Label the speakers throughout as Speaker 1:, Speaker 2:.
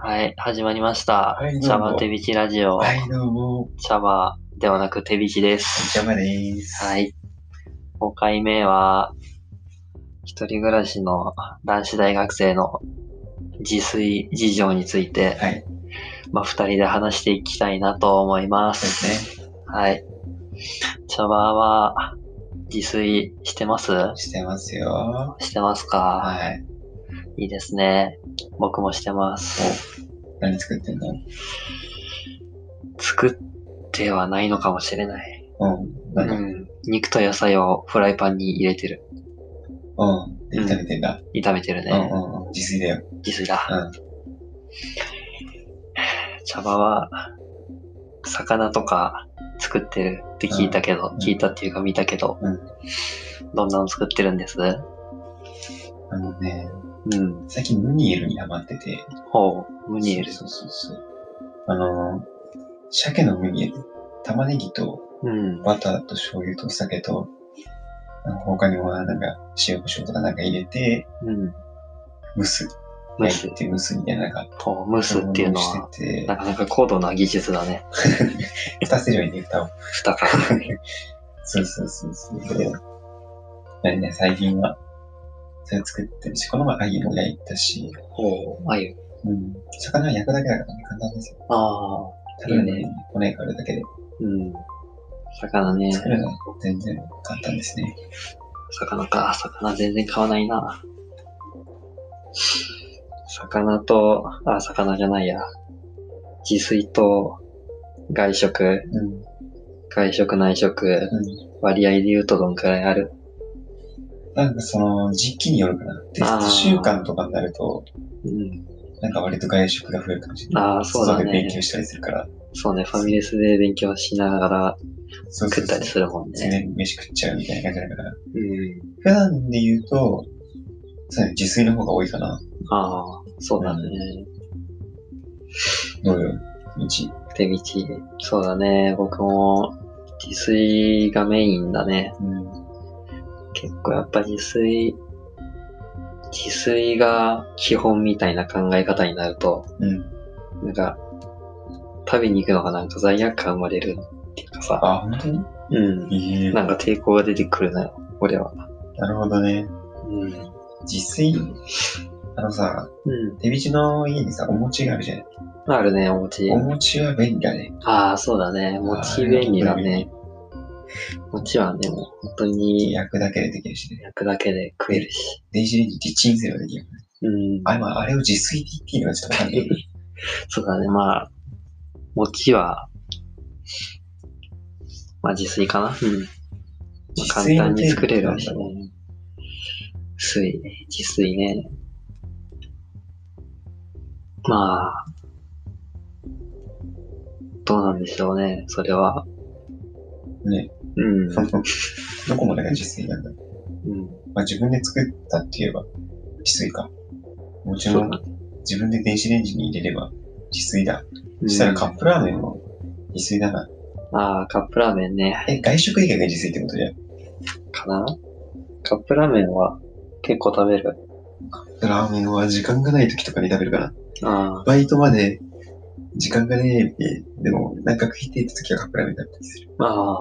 Speaker 1: はい、始まりました。
Speaker 2: はいどうも
Speaker 1: シャバ手引きラジオ。
Speaker 2: はい、どうも。
Speaker 1: シャバではなく手引きです。
Speaker 2: 邪魔です。。
Speaker 1: はいい。5回目は、一人暮らしの男子大学生の自炊事情について、
Speaker 2: はい。
Speaker 1: まあ、二人で話していきたいなと思いま。
Speaker 2: そうですすね。
Speaker 1: はい。シャバは自炊してます
Speaker 2: してますよ。
Speaker 1: してますか、
Speaker 2: はい。
Speaker 1: い、いですね。僕もしてます。
Speaker 2: 何作ってんの
Speaker 1: 作ってはないのかもしれない。
Speaker 2: うん。
Speaker 1: う
Speaker 2: 何
Speaker 1: ん、肉と野菜をフライパンに入れてる。
Speaker 2: うん。で、炒めてんだ。
Speaker 1: 炒めてる
Speaker 2: うんう
Speaker 1: ね。
Speaker 2: んうん。自炊だよ。
Speaker 1: 自炊だ。
Speaker 2: うん。
Speaker 1: 茶葉は、魚とか作ってるって聞いたけど、
Speaker 2: ん
Speaker 1: 聞いたっていうか見たけど、
Speaker 2: うん
Speaker 1: どんなの作ってるんですう
Speaker 2: あのね、
Speaker 1: ん。
Speaker 2: 最近ムニエルにハマってて。
Speaker 1: ほう、ムニエル。
Speaker 2: そうそうそうそう。あのー、鮭のムニエル。玉ねぎと
Speaker 1: うん。
Speaker 2: バターと醤油とお酒と、あの他にもなんか塩コショウとかなんか入れて、
Speaker 1: うん。
Speaker 2: 蒸す。
Speaker 1: 蒸す
Speaker 2: 焼い。て蒸すみたいななんか。
Speaker 1: ほう、蒸すっていうのは、
Speaker 2: してて
Speaker 1: な、かなか高度な技術だね。
Speaker 2: 蓋するようにね、蓋を。
Speaker 1: 蓋か。
Speaker 2: そうそうそうそう。で、あれね、最近は、それ作ってるし、この前、アギも焼いたし、
Speaker 1: ほう、あゆ。
Speaker 2: うん。魚は焼くだけだからね、簡単ですよ。
Speaker 1: ああ、
Speaker 2: ただ
Speaker 1: いい
Speaker 2: ね、骨があるだけで、
Speaker 1: うん。魚ね。
Speaker 2: 作るのは全然簡単ですね。
Speaker 1: 魚か。魚全然買わないな。魚と、あ、魚じゃないや。自炊と、外食、
Speaker 2: うん。
Speaker 1: 外食内食、
Speaker 2: う
Speaker 1: 割合で言うとどんくらいある
Speaker 2: ん。なんかその、時期によるかな。テ
Speaker 1: あー
Speaker 2: スト週間とかになると、
Speaker 1: うん。
Speaker 2: なんか割と外食が増えるかもしれない。
Speaker 1: ああ、そうだ
Speaker 2: 外で勉強
Speaker 1: ね。
Speaker 2: したりするから、
Speaker 1: そうね、ファミレスで勉強しながら
Speaker 2: そう
Speaker 1: 食
Speaker 2: そう
Speaker 1: っ
Speaker 2: そ
Speaker 1: た
Speaker 2: う
Speaker 1: り。するもん
Speaker 2: 全
Speaker 1: ね。
Speaker 2: 然飯食っちゃうみたいな感じだから。
Speaker 1: うん。
Speaker 2: 普段で言うと、そうね、自炊の方が多いかな。
Speaker 1: ああ、そうだね。
Speaker 2: どうよ、日。
Speaker 1: 手道。そうだね。僕も、自炊がメインだね。
Speaker 2: うん。
Speaker 1: 結構やっぱ自炊、自炊が基本みたいな考え方になると、
Speaker 2: うん。
Speaker 1: なんか、食べに行くのがなんか罪悪感生まれるっていうかさ、
Speaker 2: あ、本当に
Speaker 1: うん。
Speaker 2: ええ
Speaker 1: なんか抵抗が出てくるのよ、俺は。
Speaker 2: なるほどね。
Speaker 1: うん。
Speaker 2: 自炊、あのさ、
Speaker 1: う
Speaker 2: 手びちの家にさ、お餅があるじゃな
Speaker 1: ん。
Speaker 2: い。
Speaker 1: あるね、お餅
Speaker 2: お。餅は便利だね。
Speaker 1: ああ、そうだね。餅便利だね。餅はね、もう本当に
Speaker 2: 焼くだけでできるしね。
Speaker 1: 焼くだけで食えるし。
Speaker 2: 電子レンジでチンすればできる。
Speaker 1: うん。
Speaker 2: あ、まあ、あれを自炊って言っていいのかちょっとわかんない。
Speaker 1: そうだね、まあ、餅は、まあ自炊かな。うん。 まあ
Speaker 2: 自
Speaker 1: 簡
Speaker 2: 炊
Speaker 1: 単
Speaker 2: の定義
Speaker 1: に作れるし
Speaker 2: なんだろう
Speaker 1: ね。水、自炊ね。まあ、どうなんでしょうね、それは。
Speaker 2: ね。
Speaker 1: うん。う
Speaker 2: どこまでが自炊なんだ
Speaker 1: ん、
Speaker 2: まあ、自分で作ったって言えば、自炊か。もち
Speaker 1: そ
Speaker 2: ろ、
Speaker 1: うんだ
Speaker 2: 自分で電子レンジに入れれば自炊だ。そしたらカップラーメンも自炊だな。
Speaker 1: うんああ、カップラーメンね。
Speaker 2: え、外食以外が自炊ってことじゃん。
Speaker 1: かなカップラーメンは結構食べる。
Speaker 2: ラーメンは時間がない時とかに食べるかな。
Speaker 1: ああ、
Speaker 2: バイトまで時間がねえって、でも、なんか食いてえって時はカップラーメンだったりする。
Speaker 1: まあ、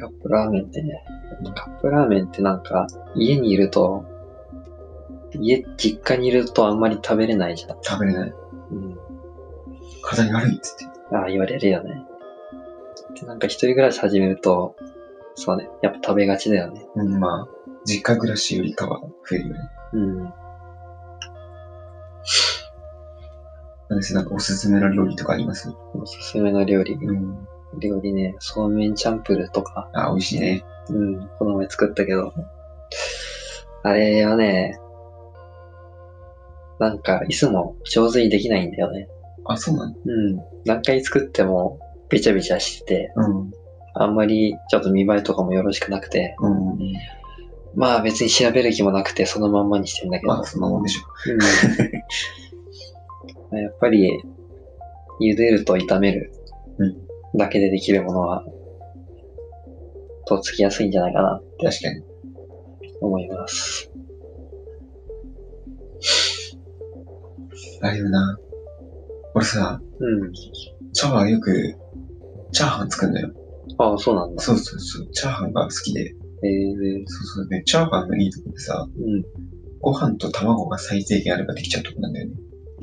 Speaker 1: カップラーメンってね、カップラーメンってなんか、家にいると、家、実家にいるとあんまり食べれないじゃん。
Speaker 2: 食べれない。
Speaker 1: うん。
Speaker 2: 体に悪いっつって。
Speaker 1: ああ、言われるよね。で、なんか一人暮らし始めると、そうね、やっぱ食べがちだよね。
Speaker 2: うん、まあ、実家暮らしよりかは増えるよね。
Speaker 1: うん。
Speaker 2: なんですなんかおすすめの料理とかあります
Speaker 1: おすすめの料理。
Speaker 2: うん。
Speaker 1: 料理ね、そうめんチャンプルとか、
Speaker 2: あ、美味しいね。
Speaker 1: うん、この前作ったけど。あれはね、なんか、いつも上手にできないんだよね。
Speaker 2: あ、そうなの
Speaker 1: うん。何回作っても、べちゃべちゃしてて、
Speaker 2: うん。
Speaker 1: あんまりちょっと見栄えとかもよろしくなくて、
Speaker 2: うんうん。
Speaker 1: まあ別に調べる気もなくて、そのまんまにしてんだけど。
Speaker 2: まあ、そんなもんでしょ。
Speaker 1: うん、 やっぱり、茹でると炒める
Speaker 2: うん
Speaker 1: だけでできるものは、とっつきやすいんじゃないかなっ
Speaker 2: 確かに。
Speaker 1: て思います。
Speaker 2: あれよな。俺さ、
Speaker 1: うん。
Speaker 2: チャーハンよく、チャーハン作るのよ。
Speaker 1: ああ、そうなんだ。
Speaker 2: そうそうそう。チャーハンが好きで。
Speaker 1: えー、
Speaker 2: そうそう。で、チャーハンのいいとこでさ、
Speaker 1: うん。
Speaker 2: ご飯と卵が最低限あればできちゃうとこなんだよね。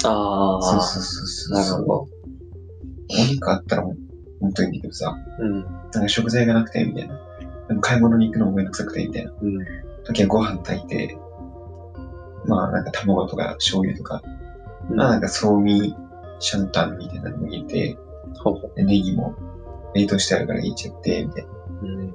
Speaker 1: ああ、
Speaker 2: そうそうそうそう。
Speaker 1: なるほど。
Speaker 2: お肉あったらもう本当にいいんだけどさ、
Speaker 1: うん。
Speaker 2: なんか食材がなくて、みたいな。でも買い物に行くのもめんどくさくて、みたいな。
Speaker 1: うん。
Speaker 2: 時はご飯炊いて、まあなんか卵とか醤油とか、まあなんかそうみシャンタンみたいなの入れて、
Speaker 1: ほうほ
Speaker 2: でネギも冷凍してあるから入れちゃって、みたいな。
Speaker 1: う。うん。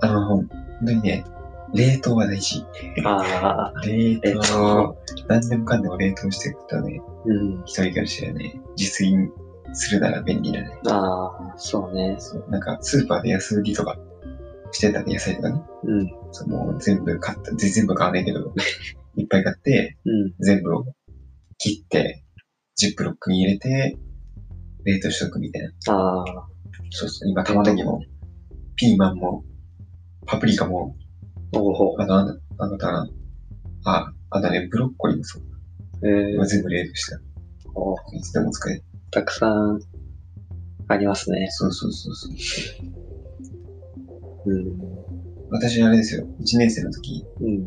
Speaker 2: あの、本当にね、冷凍は大事。
Speaker 1: ああ、
Speaker 2: 冷
Speaker 1: えっ
Speaker 2: 凍
Speaker 1: と、、
Speaker 2: 何でもかんでも冷凍していくとね、
Speaker 1: うん。
Speaker 2: 一人暮らしでね、自炊するなら便利だね。
Speaker 1: ああ、そうね。
Speaker 2: そうなんかスーパーで安売りとかしてたね、野菜とかね。
Speaker 1: うん。
Speaker 2: その全部買った、ぜ全部買わないけど、 いっぱい買って、
Speaker 1: うん。
Speaker 2: 全部を切って、ジップロックに入れて、冷凍しとくみたいな。
Speaker 1: ああ、
Speaker 2: そうそう。今、玉ねぎも、ピーマンも、パプリカも、
Speaker 1: おうほう。
Speaker 2: あと、あんあの、たな。あ、あとね、ブロッコリーもそう。
Speaker 1: えー
Speaker 2: 今全部冷凍した。
Speaker 1: おう
Speaker 2: いつでも使える。
Speaker 1: たくさんありますね。
Speaker 2: そうそうそうそう。
Speaker 1: うん。
Speaker 2: 私、あれですよ。1年生の時、
Speaker 1: うん。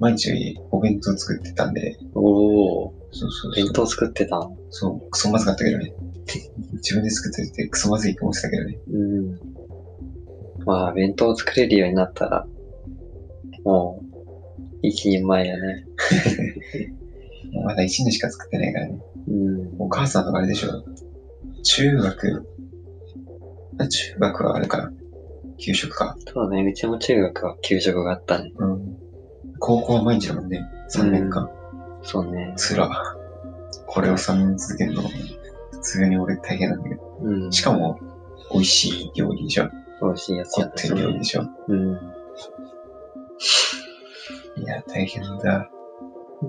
Speaker 2: 毎日お弁当作ってたんで、
Speaker 1: おお、
Speaker 2: そうそうそう
Speaker 1: 弁。当作ってたん
Speaker 2: そう、クソまずかったけどね。自分で作っててクソまずいと思ってたけどね。
Speaker 1: うん。まあ、弁当作れるようになったら、もう、一人前やね。
Speaker 2: まだ1年しか作ってないからね。
Speaker 1: うん。
Speaker 2: お母さんとかあれでしょ。中学、あ中学はあれか。給食か。
Speaker 1: そうね、うちも中学は給食があったね。
Speaker 2: うん。高校は毎日だもんね。3年間。
Speaker 1: そうね。
Speaker 2: つら。これを3年続けるの、普通に俺大変なんだけど。
Speaker 1: うん。
Speaker 2: しかも、美味しい料理でしょ。
Speaker 1: 美味しいやつ
Speaker 2: 凝
Speaker 1: や
Speaker 2: ってる料理でしょ。
Speaker 1: うん。
Speaker 2: いや、大変だ。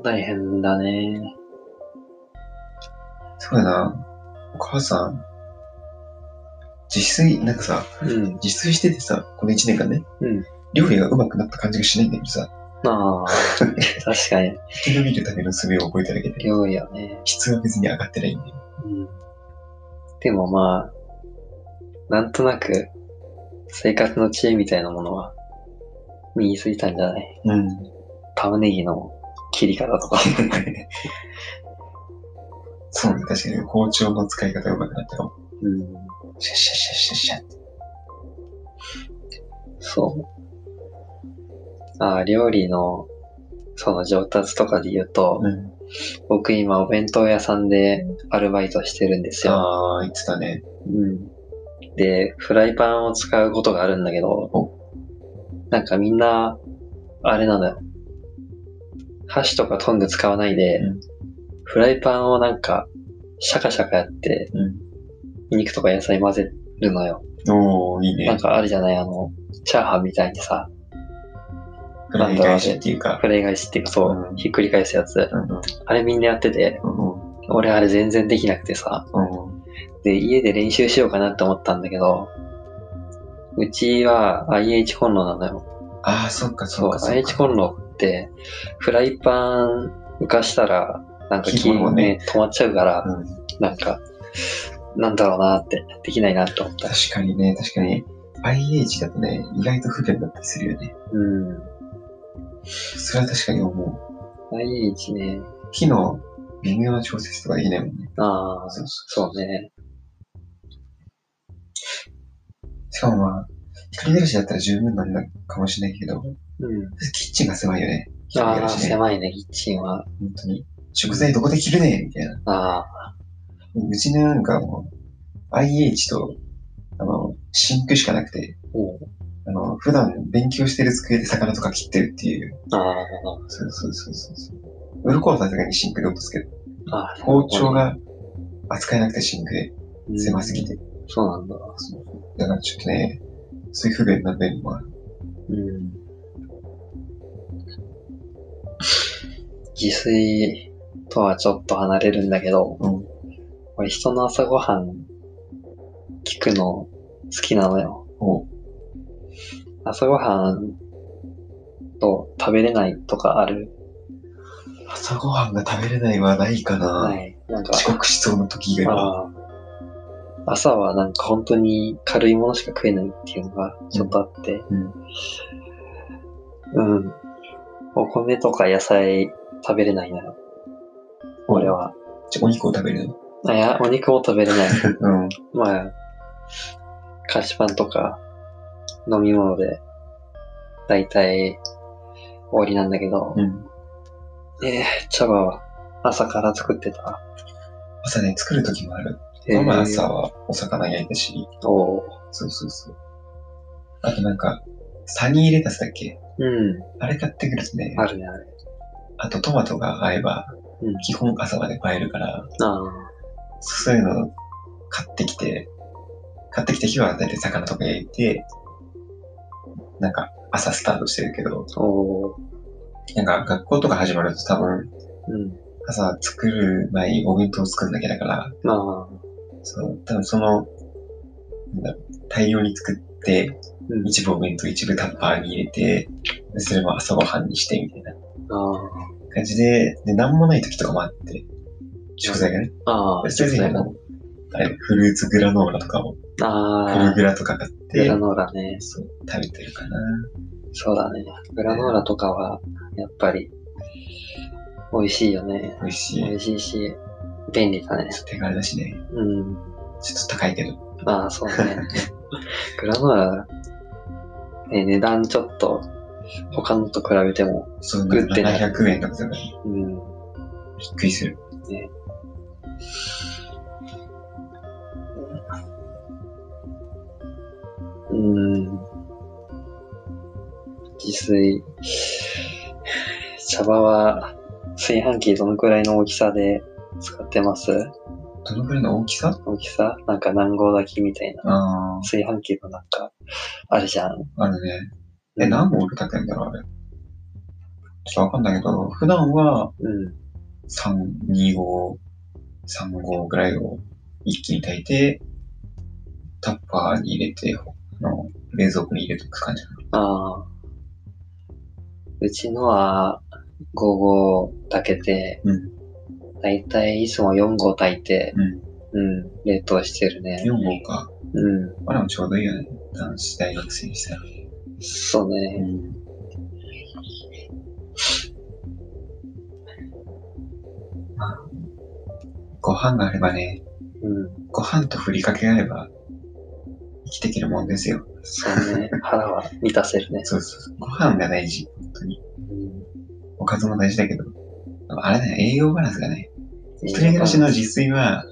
Speaker 1: 大変だね。
Speaker 2: そうだな。お母さん、自炊、なんかさ、
Speaker 1: うん。
Speaker 2: 自炊しててさ、この1年間ね、
Speaker 1: うん。
Speaker 2: 料理が上手くなった感じがしないんだけどさ、
Speaker 1: ああ、確かに。
Speaker 2: 生き延びるための術を覚えただけで、
Speaker 1: 料理はね。
Speaker 2: 質は別に上がってないんだよ。
Speaker 1: うん。でもまあ、なんとなく、生活の知恵みたいなものは、身についたんじゃない
Speaker 2: うん。
Speaker 1: 玉ねぎの切り方とか。
Speaker 2: そうね、確かに包丁の使い方が上手くなったかも。
Speaker 1: うん。
Speaker 2: シャッシャッシャッシャッシャッ。
Speaker 1: そう。ああ、料理の、その上達とかで言うと、
Speaker 2: うん。
Speaker 1: 僕今お弁当屋さんでアルバイトしてるんですよ。
Speaker 2: あー、言ってたね。
Speaker 1: うん。で、フライパンを使うことがあるんだけど、なんかみんな、あれなのよ。箸とかトング使わないで、
Speaker 2: うん
Speaker 1: フライパンをなんか、シャカシャカやって、
Speaker 2: う
Speaker 1: 肉とか野菜混ぜるのよ。
Speaker 2: ん。おー、いい
Speaker 1: なん
Speaker 2: ね。
Speaker 1: かあるじゃないあの、チャーハンみたいにさ、
Speaker 2: フライ返しっていうか。
Speaker 1: フライ返しっていうかそう、
Speaker 2: うん
Speaker 1: ひっくり返すやつ。
Speaker 2: うんうん
Speaker 1: あれみんなやってて、
Speaker 2: うん
Speaker 1: 俺あれ全然できなくてさ、
Speaker 2: うん
Speaker 1: で、家で練習しようかなって思ったんだけど、うちは IH コンロなのよ。
Speaker 2: あー、そっかそ
Speaker 1: そ
Speaker 2: っ
Speaker 1: う
Speaker 2: か、そっ
Speaker 1: IH
Speaker 2: か。
Speaker 1: コンロって、フライパン浮かしたら、なんか
Speaker 2: 火
Speaker 1: 火
Speaker 2: も
Speaker 1: が
Speaker 2: ね
Speaker 1: ね、止まっちゃうから、
Speaker 2: うん
Speaker 1: なんか、なんだろうなって、できないなって思った。
Speaker 2: 確かにね、確かに。IH だとね、意外と不便だったりするよね。
Speaker 1: うん。
Speaker 2: それは確かに思
Speaker 1: IH ね。
Speaker 2: う。火の微妙な調節とかできないもんね。
Speaker 1: ああ、
Speaker 2: そう
Speaker 1: そうね。
Speaker 2: しかもまあ、一人暮らしだったら十分なんだかもしれないけど、
Speaker 1: うん。
Speaker 2: キッチンが狭いよね。一人暮
Speaker 1: あ
Speaker 2: ら
Speaker 1: あ、
Speaker 2: しね。
Speaker 1: 狭いね、キッチンは。
Speaker 2: 本当に。食材どこで切るねんみたいな。
Speaker 1: あ
Speaker 2: うちなんかもう、IH と、あの、シンクしかなくて、
Speaker 1: あ、おう
Speaker 2: あの、普段勉強してる机で魚とか切ってるっていう。
Speaker 1: あ
Speaker 2: そうそうそうそうそう。鱗はさすがにシンクで落とすけど、
Speaker 1: あ、ああ、
Speaker 2: 包丁が扱えなくてシンクで
Speaker 1: うん
Speaker 2: 狭すぎて。
Speaker 1: そうなんだ。
Speaker 2: だからちょっとね、そういう不便な面もある。
Speaker 1: うん。自炊とはちょっと離れるんだけど、
Speaker 2: うん
Speaker 1: 俺人の朝ごはん聞くの好きなのよ。
Speaker 2: おう
Speaker 1: 朝ごはんと食べれないとかある
Speaker 2: 朝ごはんが食べれないはないかな、
Speaker 1: はい。なんか、
Speaker 2: 遅刻しそうな時以外は。
Speaker 1: ああ朝はなんか本当に軽いものしか食えないっていうのがちょっとあって、
Speaker 2: うん
Speaker 1: うん。お米とか野菜食べれないな、俺は。
Speaker 2: じゃあお肉を食べるの。
Speaker 1: あいや、お肉も食べれない。
Speaker 2: うん。
Speaker 1: まあ、菓子パンとか飲み物で、だいたい終わりなんだけど、
Speaker 2: うん。
Speaker 1: えー、茶葉は朝から作ってた。
Speaker 2: 朝ね、作る時もある。
Speaker 1: えー
Speaker 2: この前朝はお魚焼いたし、
Speaker 1: おう
Speaker 2: そうそうそう。あとなんか、サニーレタスだっけ
Speaker 1: うん、
Speaker 2: あれ買ってくるとね、
Speaker 1: あるね、ある。
Speaker 2: あとトマトが合えば、
Speaker 1: うん
Speaker 2: 基本朝まで買えるから、
Speaker 1: あ
Speaker 2: そういうの買ってきて、買ってきた日は大体魚とか焼いて、なんか朝スタートしてるけど、
Speaker 1: あ、おう
Speaker 2: なんか学校とか始まると多分、
Speaker 1: うん、
Speaker 2: 朝作る前にお弁当作るだけだから、
Speaker 1: まあ、
Speaker 2: その、多分その、なんだろう大量に作って、
Speaker 1: うん、
Speaker 2: 一部お弁当一部タッパーに入れて、でそれも朝ごはんにしてみたいな
Speaker 1: あ
Speaker 2: 感じで、で、なんもない時とかもあって、食材がね、
Speaker 1: あ、ああ、
Speaker 2: 食材がもう、あれ、フルーツグラノーラとかも、フ
Speaker 1: あ
Speaker 2: ル
Speaker 1: あ
Speaker 2: グ、ラとか買っ
Speaker 1: グ
Speaker 2: て
Speaker 1: ラ、ノーラね。
Speaker 2: そう、食べてるかな。
Speaker 1: そうだね。グラノーラとかは、やっぱり、美味しいよね。
Speaker 2: 美味し
Speaker 1: 美
Speaker 2: い。
Speaker 1: 味しいし、便利だね。
Speaker 2: 手軽だしね。
Speaker 1: うん。
Speaker 2: ちょっと高いけど。
Speaker 1: まあ、そうね。グラノーラ、ね、値段ちょっと、他のと比べても、
Speaker 2: そう、なん
Speaker 1: 食
Speaker 2: か
Speaker 1: ってない
Speaker 2: 700円とかだから、び
Speaker 1: うん。
Speaker 2: っくりする。
Speaker 1: うん。自炊。茶葉は、炊飯器どのくらいの大きさで使ってます
Speaker 2: どのくらいの大きさ
Speaker 1: 大きさなんか南郷炊きみたいな。
Speaker 2: あ
Speaker 1: 炊飯器のなんか、あるじゃん。
Speaker 2: あ、あるね。え、何本俺炊くんだろう、あれ。ちょっとわかんないけど、普段は
Speaker 1: うん。
Speaker 2: 3、2合、3合ぐらいを一気に炊いて、タッパーに入れて、あの冷蔵庫に入れておく感じかな。
Speaker 1: ああ。うちのは、5合炊けて、
Speaker 2: うん。
Speaker 1: だいたいいつも4合炊いて、
Speaker 2: うん。
Speaker 1: うん、冷凍してるね。
Speaker 2: 4合か。
Speaker 1: うん。
Speaker 2: あれもちょうどいいよね。男子大学生にしたら。
Speaker 1: そうね。
Speaker 2: うん。まあご飯があればね、
Speaker 1: うん。
Speaker 2: ご飯とふりかけがあれば、生きていけるもんですよ。
Speaker 1: そう ね。腹は満たせるね。
Speaker 2: そうそうそう。ご飯が大事。
Speaker 1: うん。
Speaker 2: おかずも大事だけど。あれだね、栄養バランスがね。一人暮らしの自炊は、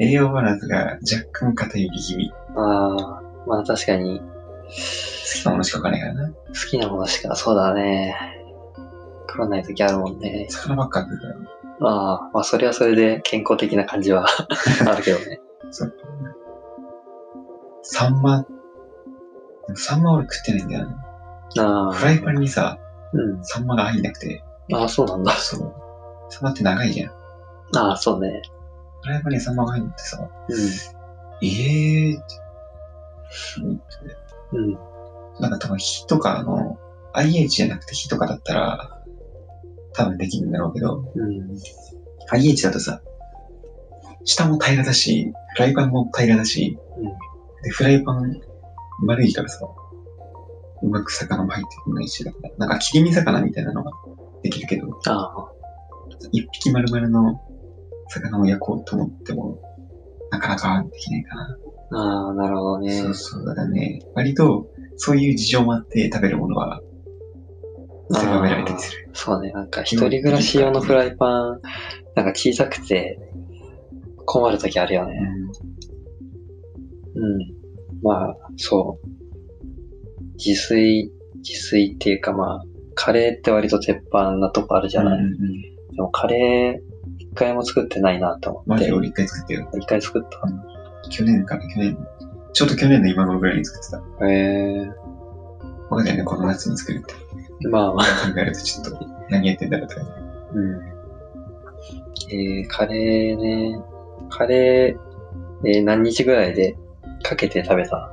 Speaker 2: 栄養バランスが若干偏り気味。好
Speaker 1: ああ、まあ確かに、
Speaker 2: きなものしか置かないからな。
Speaker 1: 好きなものしか、そうだね。食わないときあるもんね。
Speaker 2: 魚ばっか食うから。
Speaker 1: まあ、まあそれはそれで健康的な感じは あるけどね。
Speaker 2: そう。サンマ。でもサンマ俺食ってないんだよね。
Speaker 1: あ
Speaker 2: フ
Speaker 1: あ、
Speaker 2: ライパンにさ、
Speaker 1: う
Speaker 2: サンマが入んなくて。
Speaker 1: ん。ああ、そうなんだ。
Speaker 2: そう。サンマって長いじゃん。
Speaker 1: ああ、そうね。
Speaker 2: フライパンにサンマが入んなくてさ、
Speaker 1: う
Speaker 2: ええーって。
Speaker 1: ん。うん。
Speaker 2: なんか多分火とかあの、IH じゃなくて火とかだったら、多分できるんだろうけど、
Speaker 1: うん。
Speaker 2: IH だとさ、下も平らだし、フライパンも平らだし、
Speaker 1: うん
Speaker 2: で、フライパン丸いからさ、うまく魚も入ってこないし、だからなんか切り身魚みたいなのができるけど、
Speaker 1: ああ、
Speaker 2: 一匹丸々の魚を焼こうと思っても、なかなかできないかな。
Speaker 1: ああ、なるほどね
Speaker 2: そ。うそう、だからね、割とそういう事情もあって食べるものは
Speaker 1: あ
Speaker 2: 狭
Speaker 1: あ
Speaker 2: められたりする。
Speaker 1: そうね。なんか一人暮らし用のフライパン、なんか小さくて困るときあるよね。うん。まあ、そう。自炊、自炊っていうかまあ、カレーって割と鉄板なとこあるじゃない。
Speaker 2: うんうんうん
Speaker 1: でもカレー、一回も作ってないなと思
Speaker 2: マ
Speaker 1: っ
Speaker 2: ジ
Speaker 1: て
Speaker 2: で。俺一回作ってよ。
Speaker 1: 一回作っ
Speaker 2: 去年かな、去年。ちょっと去年の今頃ぐらいに作ってた。
Speaker 1: た。へえ
Speaker 2: 僕だよね、この夏に作るって。
Speaker 1: まあまあ。
Speaker 2: 考えるとちょっと何やってんだろうとかね。
Speaker 1: うん。えー、カレーね。カレー、えー何日ぐらいでかけて食べた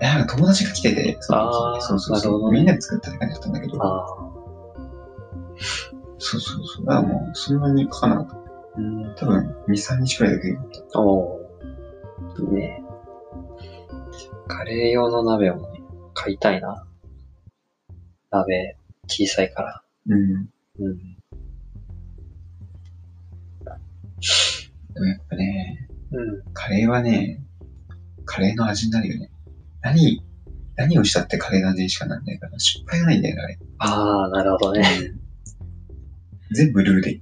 Speaker 2: いやなんか友達が来てて、そ
Speaker 1: あー
Speaker 2: うそうそう
Speaker 1: なるほどね
Speaker 2: みんなで作ったって感じだったんだけど、
Speaker 1: ああ。
Speaker 2: そうそうそう。だからもう、そんなにかかなかった。
Speaker 1: うん。
Speaker 2: 多分、2、3日くらいだけど、
Speaker 1: おーいいね。カレー用の鍋をね、買いたいな。鍋、小さいから。
Speaker 2: うん。
Speaker 1: うん。
Speaker 2: でもやっぱね、
Speaker 1: うん。
Speaker 2: カレーはね、カレーの味になるよね。何、何をしたってカレーの味にしかならないから、失敗がないんだよね、あれ。
Speaker 1: ああ、なるほどね。
Speaker 2: 全部ルーで、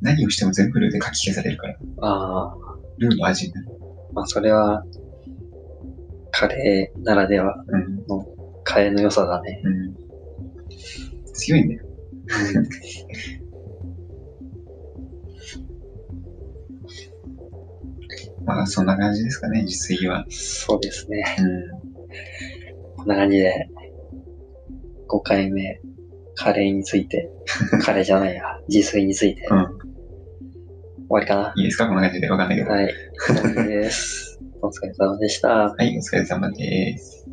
Speaker 2: 何をしても全部ルーで書き消されるから、
Speaker 1: ああ、
Speaker 2: ルーの味になる。
Speaker 1: まあそれは、カレーならでは、
Speaker 2: うん。
Speaker 1: カレーの良さだね。
Speaker 2: うん。強いんだよ。まあ、そんな感じですかね、自炊は。
Speaker 1: そうですね。
Speaker 2: うん。
Speaker 1: こんな感じで、5回目、カレーについ て、カレーじゃないや、自炊について、
Speaker 2: う
Speaker 1: 終
Speaker 2: ん。
Speaker 1: わりかな。
Speaker 2: いいですかこんな感じでわかんないけど。
Speaker 1: はい、こんな感じです。お疲れ様でした。
Speaker 2: はい、お疲れ様です。